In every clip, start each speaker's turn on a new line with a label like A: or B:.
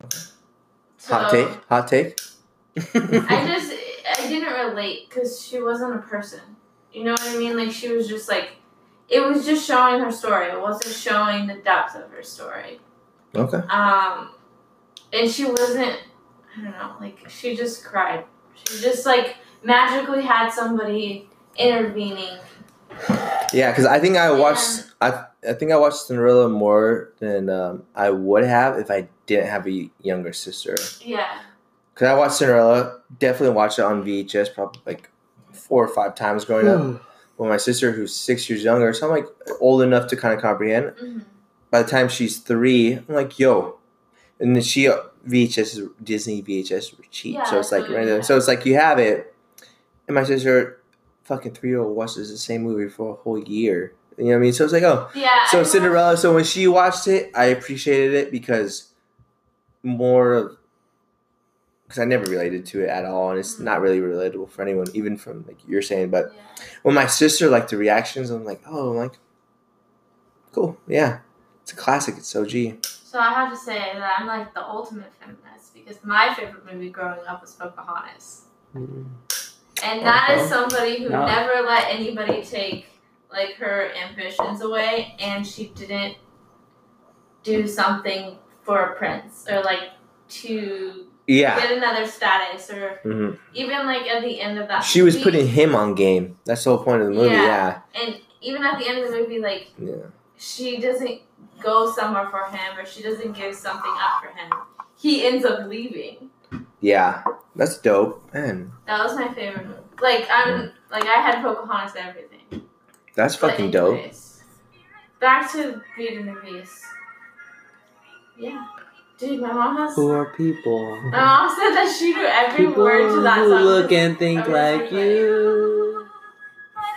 A: Hot
B: So-
A: take. Hot take.
B: Oh. I just I didn't relate because she wasn't a person. You know what I mean? Like she was just like it was just showing her story. It wasn't showing the depth of her story.
A: okay.
B: Um, and she wasn't. I don't know. Like she just cried. She just like magically had somebody intervening.
A: Yeah, because I think I watched. I I think I watched Cinderella more than um, I would have if I didn't have a younger sister.
B: Yeah.
A: Because I watched Cinderella. Definitely watched it on VHS. Probably like four or five times growing up. When my sister, who's six years younger, so I'm like old enough to kind of comprehend.
B: hmm
A: By the time she's three, I'm like, yo, and then she VHS is Disney VHS were cheap,
B: Yeah,
A: so it's like
B: so,
A: right there.
B: yeah.
A: So it's like you have it, and my sister, fucking three year old, watches the same movie for a whole year. You know what I mean? So it's like, oh,
B: Yeah. I
A: so
B: don't-
A: Cinderella. So when she watched it, I appreciated it because more of because I never related to it at all, and
B: Mm-hmm.
A: it's not really relatable for anyone, even from like you're saying. But
B: Yeah.
A: when my sister liked the reactions, I'm like, oh, I'm like, cool, yeah, it's a classic. It's OG.
B: So I have to say that I'm like the ultimate feminist because my favorite movie growing up was Pocahontas.
A: Mm.
B: And that is
C: Okay.
B: somebody who
C: No.
B: never let anybody take like her ambitions away, and she didn't do something for a prince or like to
A: Yeah,
B: get another status or
A: hmm
B: even like at the end of that.
A: she was
B: movie-
A: putting him on game. That's the whole point of the movie. Yeah,
B: Yeah. and even at the end of the movie, like
A: yeah,
B: she doesn't go somewhere for him or she doesn't give something up for him. He ends up leaving.
A: yeah. That's dope, man.
B: That was my favorite movie. Like I'm like I had Pocahontas and everything.
A: That's
B: But
A: fucking dope.
B: anyways, Back to Beauty and the Beast. Yeah. Dude, my mom has
C: Who are people?
B: my mom said that she knew every
C: People
B: word to that
C: who
B: song.
C: look and think
B: every
C: like
B: song.
C: you.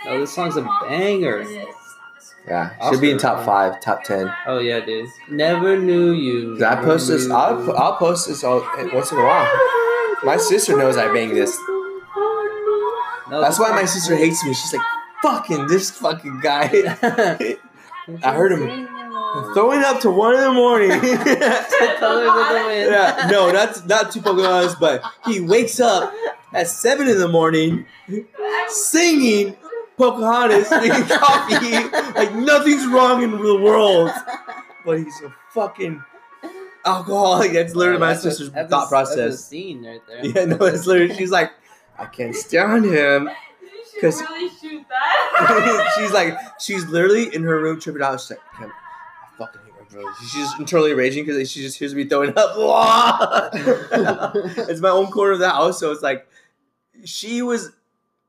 C: Oh, this song's a
B: It
C: banger.
B: is.
A: Yeah,
C: Oscar,
A: should be in top
C: man.
A: five, top ten.
C: Oh yeah, dude. Never knew you.
A: Cause I post this. I'll, I'll post this all once in a while. My sister knows I bang this.
C: No,
A: That's
C: this
A: why
C: song-
A: my sister hates me. She's like, "Fucking this fucking guy." I heard him throwing up to one in the morning.
C: Colors of the wind.
A: yeah, no, that's not two Pokemons, but he wakes up at seven in the morning singing Pocahontas, drinking coffee, like nothing's wrong in the world. But he's a fucking alcoholic. That's literally my
C: That's a-
A: sister's
C: that's a-
A: thought
C: That's a
A: process.
C: scene right there.
A: Yeah, no, it's literally she's like, I can't stand him.
B: You
A: Cause-
B: should really shoot that.
A: she's like, she's literally in her room tripping out. She's like, I, can't, I fucking hate my brother. She's just internally raging because she just hears me throwing up. it's my own corner of the house, so it's like, she was.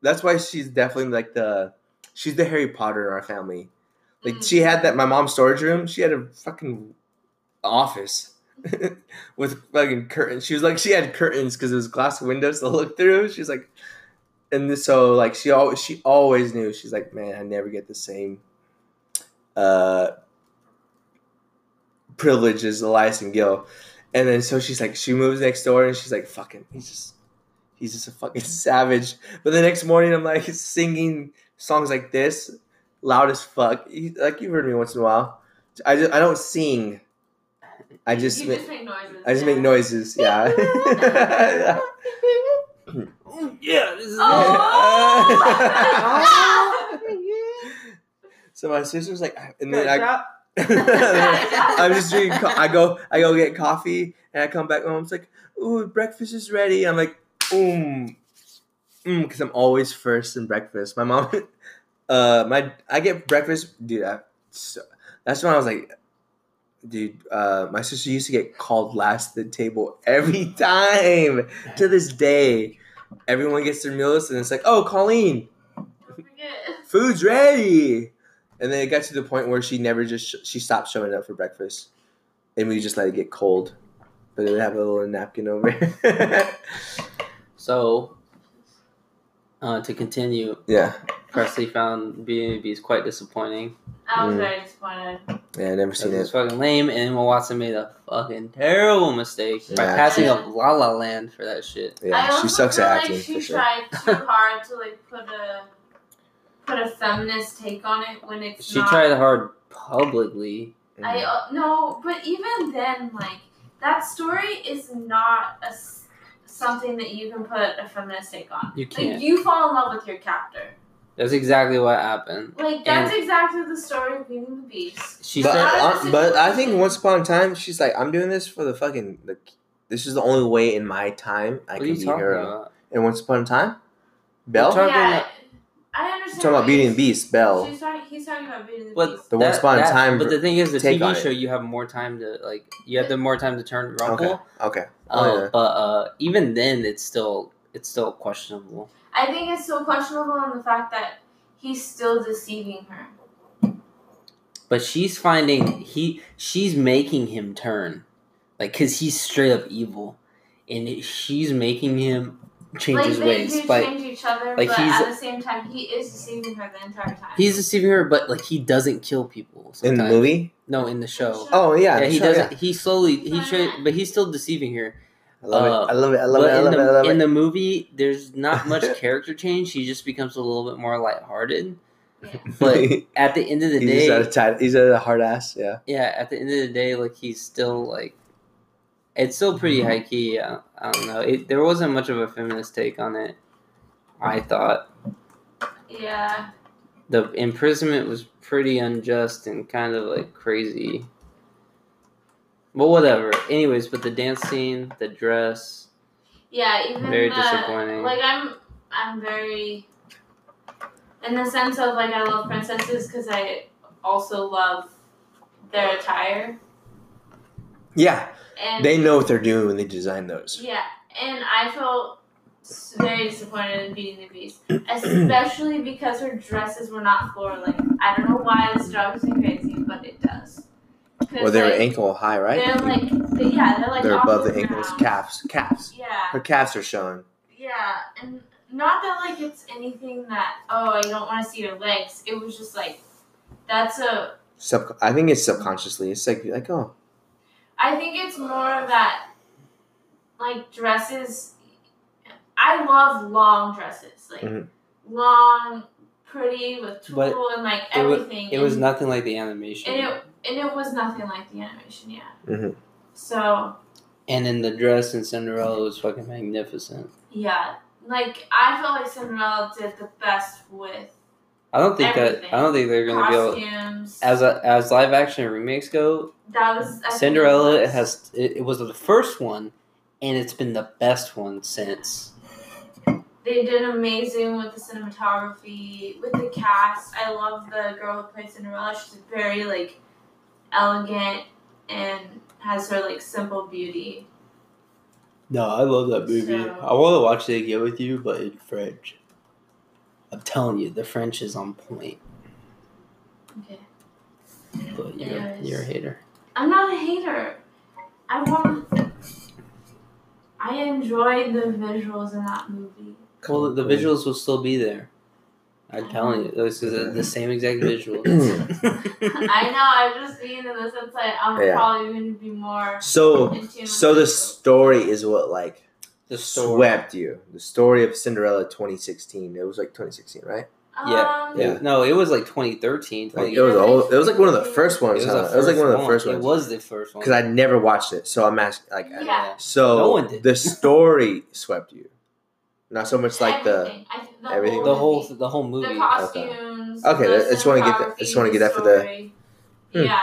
A: That's why she's definitely like the, she's the Harry Potter in our family. Like she had that my mom's storage room. She had a fucking office with fucking curtains. She was like she had curtains because it was glass windows to look through. She's like, and this, so like she always she always knew. She's like, man, I never get the same uh privilege as Elias and Gil. And then so she's like, she moves next door and she's like, fucking, he's just he's just a fucking savage. But the next morning, I'm like singing songs like this loud as fuck. You- Like you've heard me once in a while. I just I don't sing. I just,
B: you
A: ma-
B: just make noises.
A: I just
B: yeah.
A: make noises. Yeah.
C: yeah, this is
B: Oh.
A: so my sister's like, I- and
C: Good
A: then I.
C: job.
A: I'm just drinking. Co- I go, I go get coffee, and I come back home. It's like, ooh, breakfast is ready. I'm like, mm, mm, because I'm always first in breakfast. My mom, uh, my I get breakfast, dude. I, so, that's when I was like, dude, uh, my sister used to get called last at the table every time to this day. Everyone gets their meals, and it's like, oh, Colleen,
B: Don't
A: Mm.
B: forget.
A: food's ready. And then it got to the point where she never just sh- she stopped showing up for breakfast, and we just let it get cold. But then we have a little napkin over.
C: So, uh, to continue,
A: yeah,
C: Presley found B&B's quite disappointing.
B: I was
A: Mm.
B: very disappointed.
A: yeah, I never
C: It
A: seen
C: was
A: it.
C: fucking lame, and Emma Watson made a fucking terrible mistake by
A: Yeah.
C: passing up La La Land for that shit.
B: I
A: Yeah,
B: also
A: she sucks
B: feel
A: at
B: like
A: acting
B: She
A: for sure.
B: tried too hard to like put a put a feminist take on it when it's
C: She
B: not.
C: tried hard publicly.
A: Mm-hmm.
B: I uh,
C: Mm-hmm.
B: no, but even then, like that story is not a s- something that you can put a feminist take on.
C: You
B: Like
C: can't.
B: you fall in love with your captor.
C: That's exactly what happened.
B: Like that's exactly the story of Beauty and the Beast.
C: She
A: but,
C: said,
A: I, uh, but I think once upon a time, she's like, I'm doing this for the fucking. The, this is the only way in my time I
C: "What are
A: can
C: you
A: be
C: talking
A: hero.
C: about?"
A: And once upon a time, Belle.
C: Talking
B: yeah,
C: about-
B: I understand.
A: talking about
B: what
A: Beauty
B: you-
A: and the Beast, Belle.
B: She's talking, he's talking about Beauty and the
C: But
B: Beast.
A: The once
C: that-
A: upon a
C: that-
A: time
C: But the thing is, the
A: take on
C: TV
A: it.
C: show you have more time to like. You have the more time to turn Rumble.
A: Okay. Okay.
C: Uh,
A: Oh, yeah.
C: But uh, even then, it's still it's still questionable.
B: I think it's so questionable on the fact that he's still deceiving her.
C: But she's finding he she's making him turn, like because he's straight up evil, and it, she's making him change
B: like
C: his
B: they
C: ways.
B: do
C: But
B: change each other,
C: like,
B: but
C: he's-
B: at the same time, he is deceiving her the entire time.
C: he's deceiving her, but like he doesn't kill people.
A: In
C: Sometimes.
A: the movie?
C: No, in the show.
A: Oh, yeah.
C: Yeah,
A: the
C: he
A: show,
C: doesn't. He slowly he
B: Fine.
C: tra- but he's still deceiving her.
A: I love
C: uh,
A: it. I love it. I love
C: but
A: it. I
C: in,
A: love it.
C: the,
A: I love
C: in
A: it.
C: the movie, there's not much character change. She just becomes a little bit more lighthearted.
B: Yeah.
C: But at the end of the
A: he's
C: day,
A: just at a tight, he's at a hard ass. Yeah.
C: yeah, at the end of the day, like he's still like, it's still pretty
B: Mm-hmm.
C: high key. I, I don't know. It, there wasn't much of a feminist take on it. I thought
B: yeah,
C: the imprisonment was pretty unjust and kind of like crazy. But whatever. Anyways, but the dance scene, the dress,
B: yeah. Even
C: Very
B: the,
C: disappointing.
B: Like I'm, I'm very, in the sense of like I love princesses because I also love their attire
A: Yeah.
B: and
A: They know what they're doing when they design those.
B: Yeah, and I felt s- very disappointed in Beauty and the Beast, especially because her dresses were not floor length. I don't know why this drives me crazy, but it does. 'Cause,
A: Well, they're
B: like,
A: ankle high, right?
B: They're like, they- yeah, they're like
A: They're
B: off
A: above
B: the
A: the ankles.
B: ground.
A: Calves. Calves.
B: Yeah,
A: Her calves are showing.
B: yeah, and not that like it's anything that oh I don't want to see your legs. It was just like that's a
A: Sub- I think it's subconsciously. It's like, like oh,
B: I think it's more of that, like dresses. I love long dresses, like
A: Mhm.
B: long, pretty with
C: Mm-hmm. But
B: tulle and like
C: it was
B: everything.
C: it was
B: and,
C: nothing like the animation.
B: and it and it was nothing like the animation, yeah.
C: Mm-hmm.
A: Mhm.
B: So
C: And then the dress in Cinderella was fucking magnificent.
B: yeah, like I felt like Cinderella did the best with
C: I don't think that I don't think they're gonna be able
B: costumes.
C: as a, as live action remakes go.
B: that was I think it
C: Cinderella
B: was.
C: has it, it was the first one, and it's been the best one since.
B: They did amazing with the cinematography, with the cast. I love the girl who played Cinderella. She's very like elegant and has her like simple beauty.
C: No, I love that
B: movie. So- I
C: want to watch it again with you, but in French. I'm telling you, the French is on point.
B: Okay.
C: But you're
B: Yes.
C: you're a hater.
B: I'm not a hater. I want. I enjoy the visuals in that movie.
C: Well, the
A: Cool.
C: visuals will still be there.
B: Uh-huh.
C: I'm telling you, this is the- the same exact visuals.
B: I know. I'm just being in the sense that I'm
A: Yeah.
B: probably going to be more.
A: So,
B: in tune
A: so
B: with
A: the
B: it.
A: story is what like
C: the story.
A: swept you. The story of Cinderella 2016. It was like 2016, right?
C: Yeah,
B: Um,
A: yeah.
C: No, it was like 2013.
A: Like,
C: 20
A: it was old. It was like one of the first
C: It
A: ones.
C: was,
A: huh?
C: the
A: It was like one of the
C: one.
A: first
C: It
A: ones.
C: was the first one.
A: Because I never watched it, so I'm asking. Like, I-
B: Yeah.
A: so
C: No one did.
A: the story swept you. Not so much like the.
B: everything. I- the
A: everything.
B: whole
C: the whole
B: movie.
C: the whole movie.
B: The costumes.
A: Okay,
B: the
A: I just wanna get that- I just wanna get that for the- Hmm.
B: cinematography, the. story. Yeah,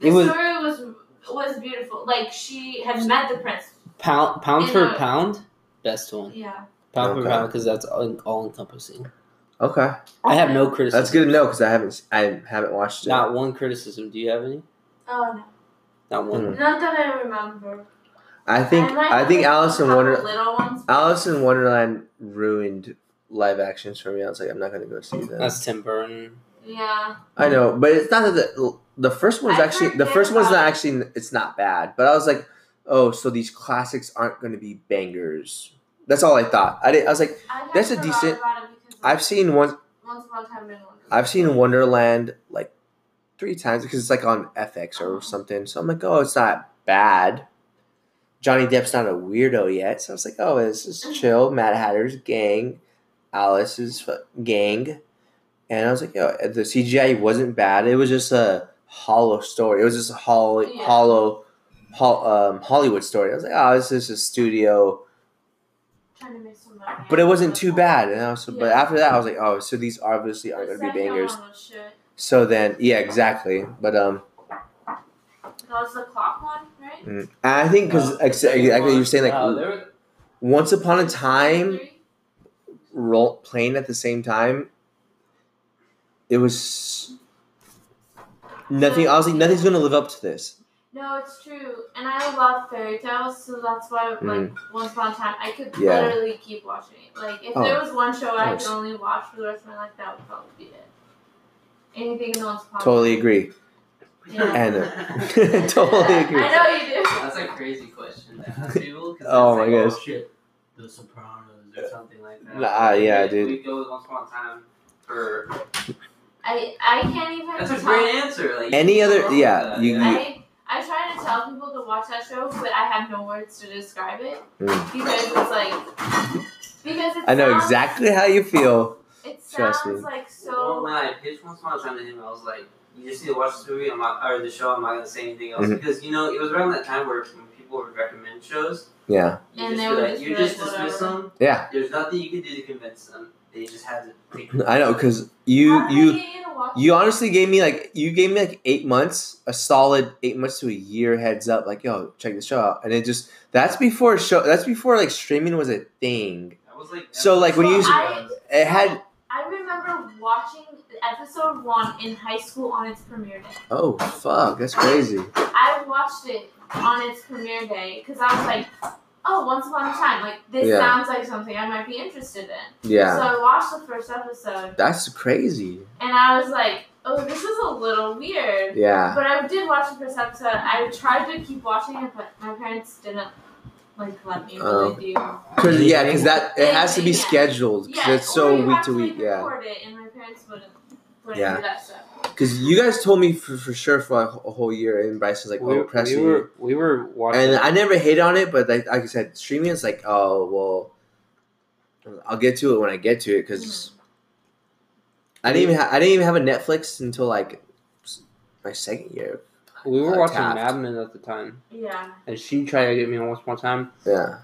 B: the
C: It was
B: story was was beautiful. Like she had met the prince.
C: pound pound
B: in
C: for
B: the-
C: pound, best one.
B: Yeah,
C: Pound for
A: Okay.
C: pound because that's all, all encompassing.
A: Okay,
C: I have no criticism.
A: that's good to know because I haven't. s- I haven't watched it.
C: Not one criticism. Do you have any?
B: oh
C: Not one.
A: Mm.
B: no, not that I remember.
A: I think.
B: might
A: I
B: have,
A: think
B: like,
A: Alice in
B: a couple
A: Wonder.
B: Little ones.
A: Alice in Wonderland ruined live actions for me. I was like, I'm not gonna go see that.
C: That's Tim Burton.
B: Yeah,
A: I know, but it's not that the, the first one's
B: I've
A: actually
B: heard
A: the
B: good
A: first one's not
B: about it.
A: actually it's not bad, but I was like, oh, so these classics aren't going to be bangers. That's all I thought. I did, I was like,
B: I
A: That's a
B: forgot
A: decent-
B: About it because of
A: I've seen one,
B: Once upon a time in Wonderland.
A: I've seen Wonderland like three times because it's like on FX or something. So I'm like, oh, it's not bad. Johnny Depp's not a weirdo yet, so I was like, oh, this is chill. Mad Hatter's gang, Alice's fu- gang, and I was like, yo, the CGI wasn't bad. It was just a hollow story. It was just a hollow,
B: Yeah.
A: hollow, hol- um, Hollywood story. I was like, oh, this is a studio,
B: Trying to make some money.
A: but it wasn't too bad. And I was, but
B: Yeah.
A: after that, I was like, oh, so these obviously aren't
B: The
A: going to be
B: second
A: bangers.
B: one was shit.
A: So then, yeah, exactly. But um,
B: That was the clock one, right?
A: mm. I think because exactly you're saying like
C: No, there was-
A: once upon a time
B: Three?
A: role playing at the same time, it was nothing. I was like, nothing's gonna live up to this.
B: No, it's true. And I love fairy tales, so that's why, like, once upon a time, I could
A: Mm. Yeah.
B: literally keep watching it. Like, if
A: Oh.
B: there was one show I could
A: Nice.
B: only watch for the rest of my life, that would probably be it. Anything in once upon a
A: Totally agree.
B: Yeah.
A: And uh, totally
B: Time.
A: agree.
B: I know you do.
D: That's a crazy question to ask people. 'cause
A: Oh
D: it's like,
A: my
D: oh,
A: gosh.
D: shit, The Sopranos or something like that.
A: Nah, yeah,
D: we,
A: dude.
D: We go with Once Upon a Time for.
B: I, I can't even.
D: That's a
B: tell-
D: great answer. Like
A: Any
D: you
A: other-
D: can't go wrong
A: yeah,
D: with that,
A: you-
D: yeah.
B: I I try to tell people to watch that show, but I have no words to describe it
A: Mm.
B: because it's like because it
A: I know
B: sounds-
A: exactly how you feel.
B: It sounds
A: Trust me.
B: like so.
D: Well, when I pitched Once Upon a Time to him, I was like, "You just need to watch this movie. I'm not, or the show. I'm not gonna say anything else
A: Mhm.
D: because you know it was around that time where when people would recommend shows,
A: Yeah,
D: you
B: And
D: just
B: they
D: be
B: would
D: like,
B: just
D: you
B: be
D: just
B: like,
D: dismiss
B: whatever.
D: them.
A: Yeah.
D: There's nothing you can do to convince them. They just had to. Take
A: I know because you
B: How do
A: you
B: they get you to watch
A: you
B: it?
A: honestly gave me like you gave me like eight months, a solid eight months to a year heads up. Like yo, check this show out, and it just that's before show that's before like streaming was a thing.
D: That was like.
A: So, like, when you-
B: I-
A: It had
B: I remember watching episode one in high school on its premiere day.
A: oh fuck, that's crazy.
B: I watched it on its premiere day because I was like, oh, once upon a time, like this
A: Yeah.
B: sounds like something I might be interested in.
A: Yeah.
B: So I watched the first episode
A: That's crazy.
B: and I was like, oh, this is a little weird.
A: Yeah.
B: But I did watch the first episode. I tried to keep watching it, but my parents didn't like let me really
A: Oh.
B: do.
A: Cause yeah, cause that it has to be scheduled because
B: Yeah,
A: it's so
B: or you
A: week
B: have
A: to week.
B: like,
A: Yeah.
B: record it, and my parents wouldn't. wouldn't
A: Yeah.
B: do that stuff.
A: Cause you guys told me for, for sure for a wh- a whole year, and Bryson's like,
C: we,
A: "Oh, pressing."
C: we were we were watching.
A: and I never hate on it, but like, like I said, streaming is like, oh well, I'll get to it when I get to it. Cause I didn't even ha- I didn't even have a Netflix until like s- my second year.
C: we were
A: uh,
C: watching
A: Taft.
C: Mad Men at the time,
B: Yeah.
C: and she tried to get me on once more time.
A: Yeah.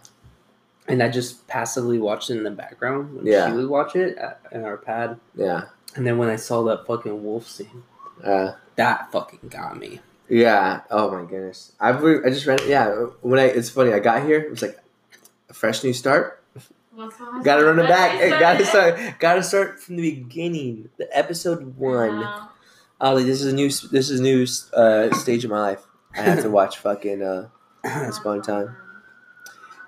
C: and I just passively watched it in the background when
A: Yeah.
C: she would watch it at, in our pad.
A: Yeah.
C: And then when I saw that fucking wolf scene,
A: Uh,
C: that fucking got me.
A: Yeah. Oh my goodness. I re- I just ran. Yeah. When I it's funny. I got here. It's like a fresh new start.
B: Once upon a
A: Gotta
B: time.
A: run it back. Hey,
B: That's
A: gotta
B: what I
A: start. Gotta start from the beginning. The episode one.
B: know.
A: I was like, this is a new. s- This is a new uh, stage of my life. I have to watch fucking. Uh, Once upon a time.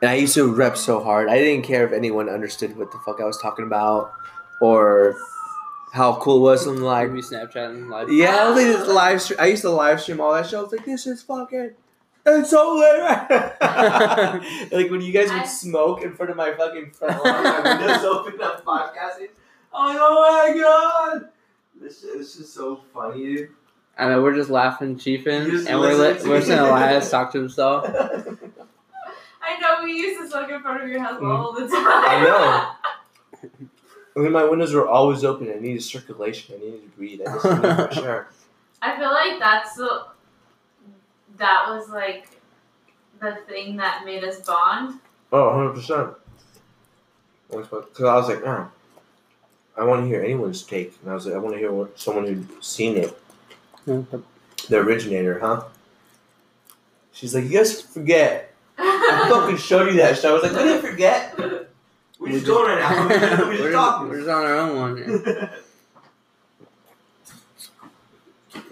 A: and I used to rep so hard. I didn't care if anyone understood what the fuck I was talking about, or how cool it was. I'm like,
C: Like we Snapchatting like
A: Yeah, I was like this live stream. I used to live stream all that shit. I was like, this is fucking. It's so lit. like when you guys
B: I-
A: would smoke in front of my fucking front lawn, my windows open up podcasting. I'm like, oh my god, this shit is just so funny, dude.
C: and then we're just laughing,
A: You
C: chiefing,
A: just
C: and we're
A: listen
C: li-
A: to me.
C: listening to Elias talk to himself.
B: I know we used to smoke in front of your house
C: Mm.
B: all the time.
A: I know. I mean, my windows were always open. I needed circulation. I needed to breathe. I just needed fresh air.
B: I feel like that's the that was like the thing that made us bond.
A: Oh, 100 percent. Because I was like, oh, I want to hear anyone's take, and I was like, I want to hear what, someone who'd seen it, the originator, huh? She's like, you guys forget. I fucking showed you that shit. I was like, I didn't forget. We're just going right now. We're just, we're
C: We're
A: just
C: just-
A: talking.
C: we're just on our own one.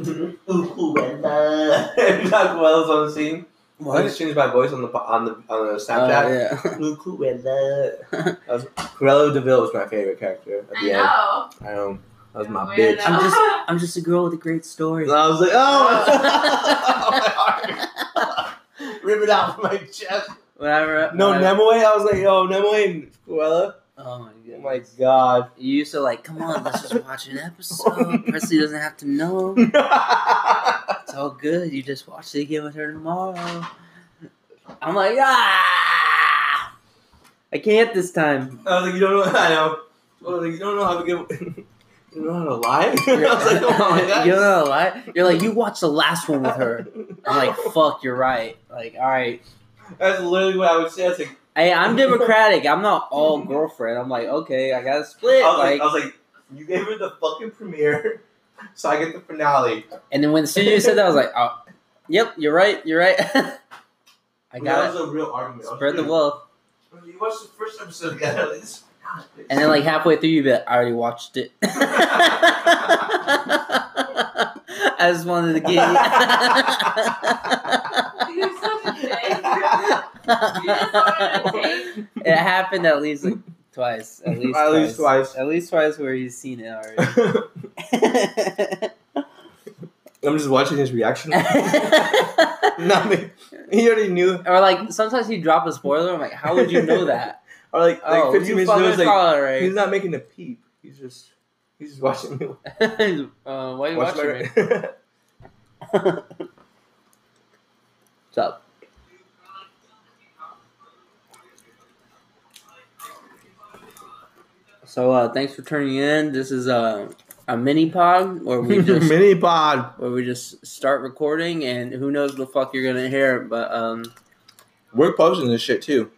A: ooh, ooh, and uh, Doc Wells on the scene. I
C: Uh,
A: just changed my voice on the po- on the on the
C: Oh,
A: Snapchat.
C: yeah.
A: Lou Cruella. That was, Cruella uh? Deville was my favorite character at
B: I
A: the end.
B: know.
A: I um, that was my
B: Weirdo.
A: bitch.
C: I'm just I'm just a girl with a great story.
A: And I was like, oh, my heart. rip it out from my chest.
C: Whatever.
A: No,
C: whatever.
A: Nemoe. I was like, yo, Nemoe and Cruella.
C: Oh my
A: Oh
C: god.
A: my god.
C: you used to like, come on, let's just watch an episode. Presley doesn't have to know. It's all good. You just watch it again with her tomorrow. I'm like, ah, I can't this time.
A: I was like, you don't know. I know. I was like, you don't know how to give. You know how to lie? I was like, oh my god.
C: you know, lie. You're like, you watched the last one with her. I'm like, fuck, you're right. Like, all right.
A: That's literally what I would say. I was like,
C: Hey, I'm Democratic. I'm not all girlfriend. I'm like, okay, I gotta split.
A: I was like,
C: Like,
A: I was like, you gave her the fucking premiere, so I get the finale.
C: and then when the studio said that, I was like, oh, yep, you're right. You're right. I
A: And that
C: got
A: was a real
C: it.
A: argument. I was
C: Spread the
A: like,
C: wealth.
A: You watched the first episode together. Like, this is finale.
C: And then like halfway through, you be like, I already watched it. I just wanted to get you.
B: You're such a dick. You just wanted to
C: it
B: take
C: happened at least like, twice. At least
A: At least twice.
C: At least twice where he's seen it already.
A: I'm just watching his reaction. Not me. He already knew.
C: or like sometimes he dropped a spoiler. I'm like, how would you know that?
A: Or like, like
C: oh,
A: 15
C: you
A: minutes ago,
C: fucking
A: he's like,
C: saw
A: he's
C: it
A: not making a peep. He's just, he's just watching me.
C: right. uh, why are you
A: watch
C: watching me?
A: my-
C: What's up? So uh, thanks for turning in. This is a a mini pod where we just
A: mini pod.
C: where we just start recording, and who knows what the fuck you're gonna hear. But um,
A: We're posting this shit too.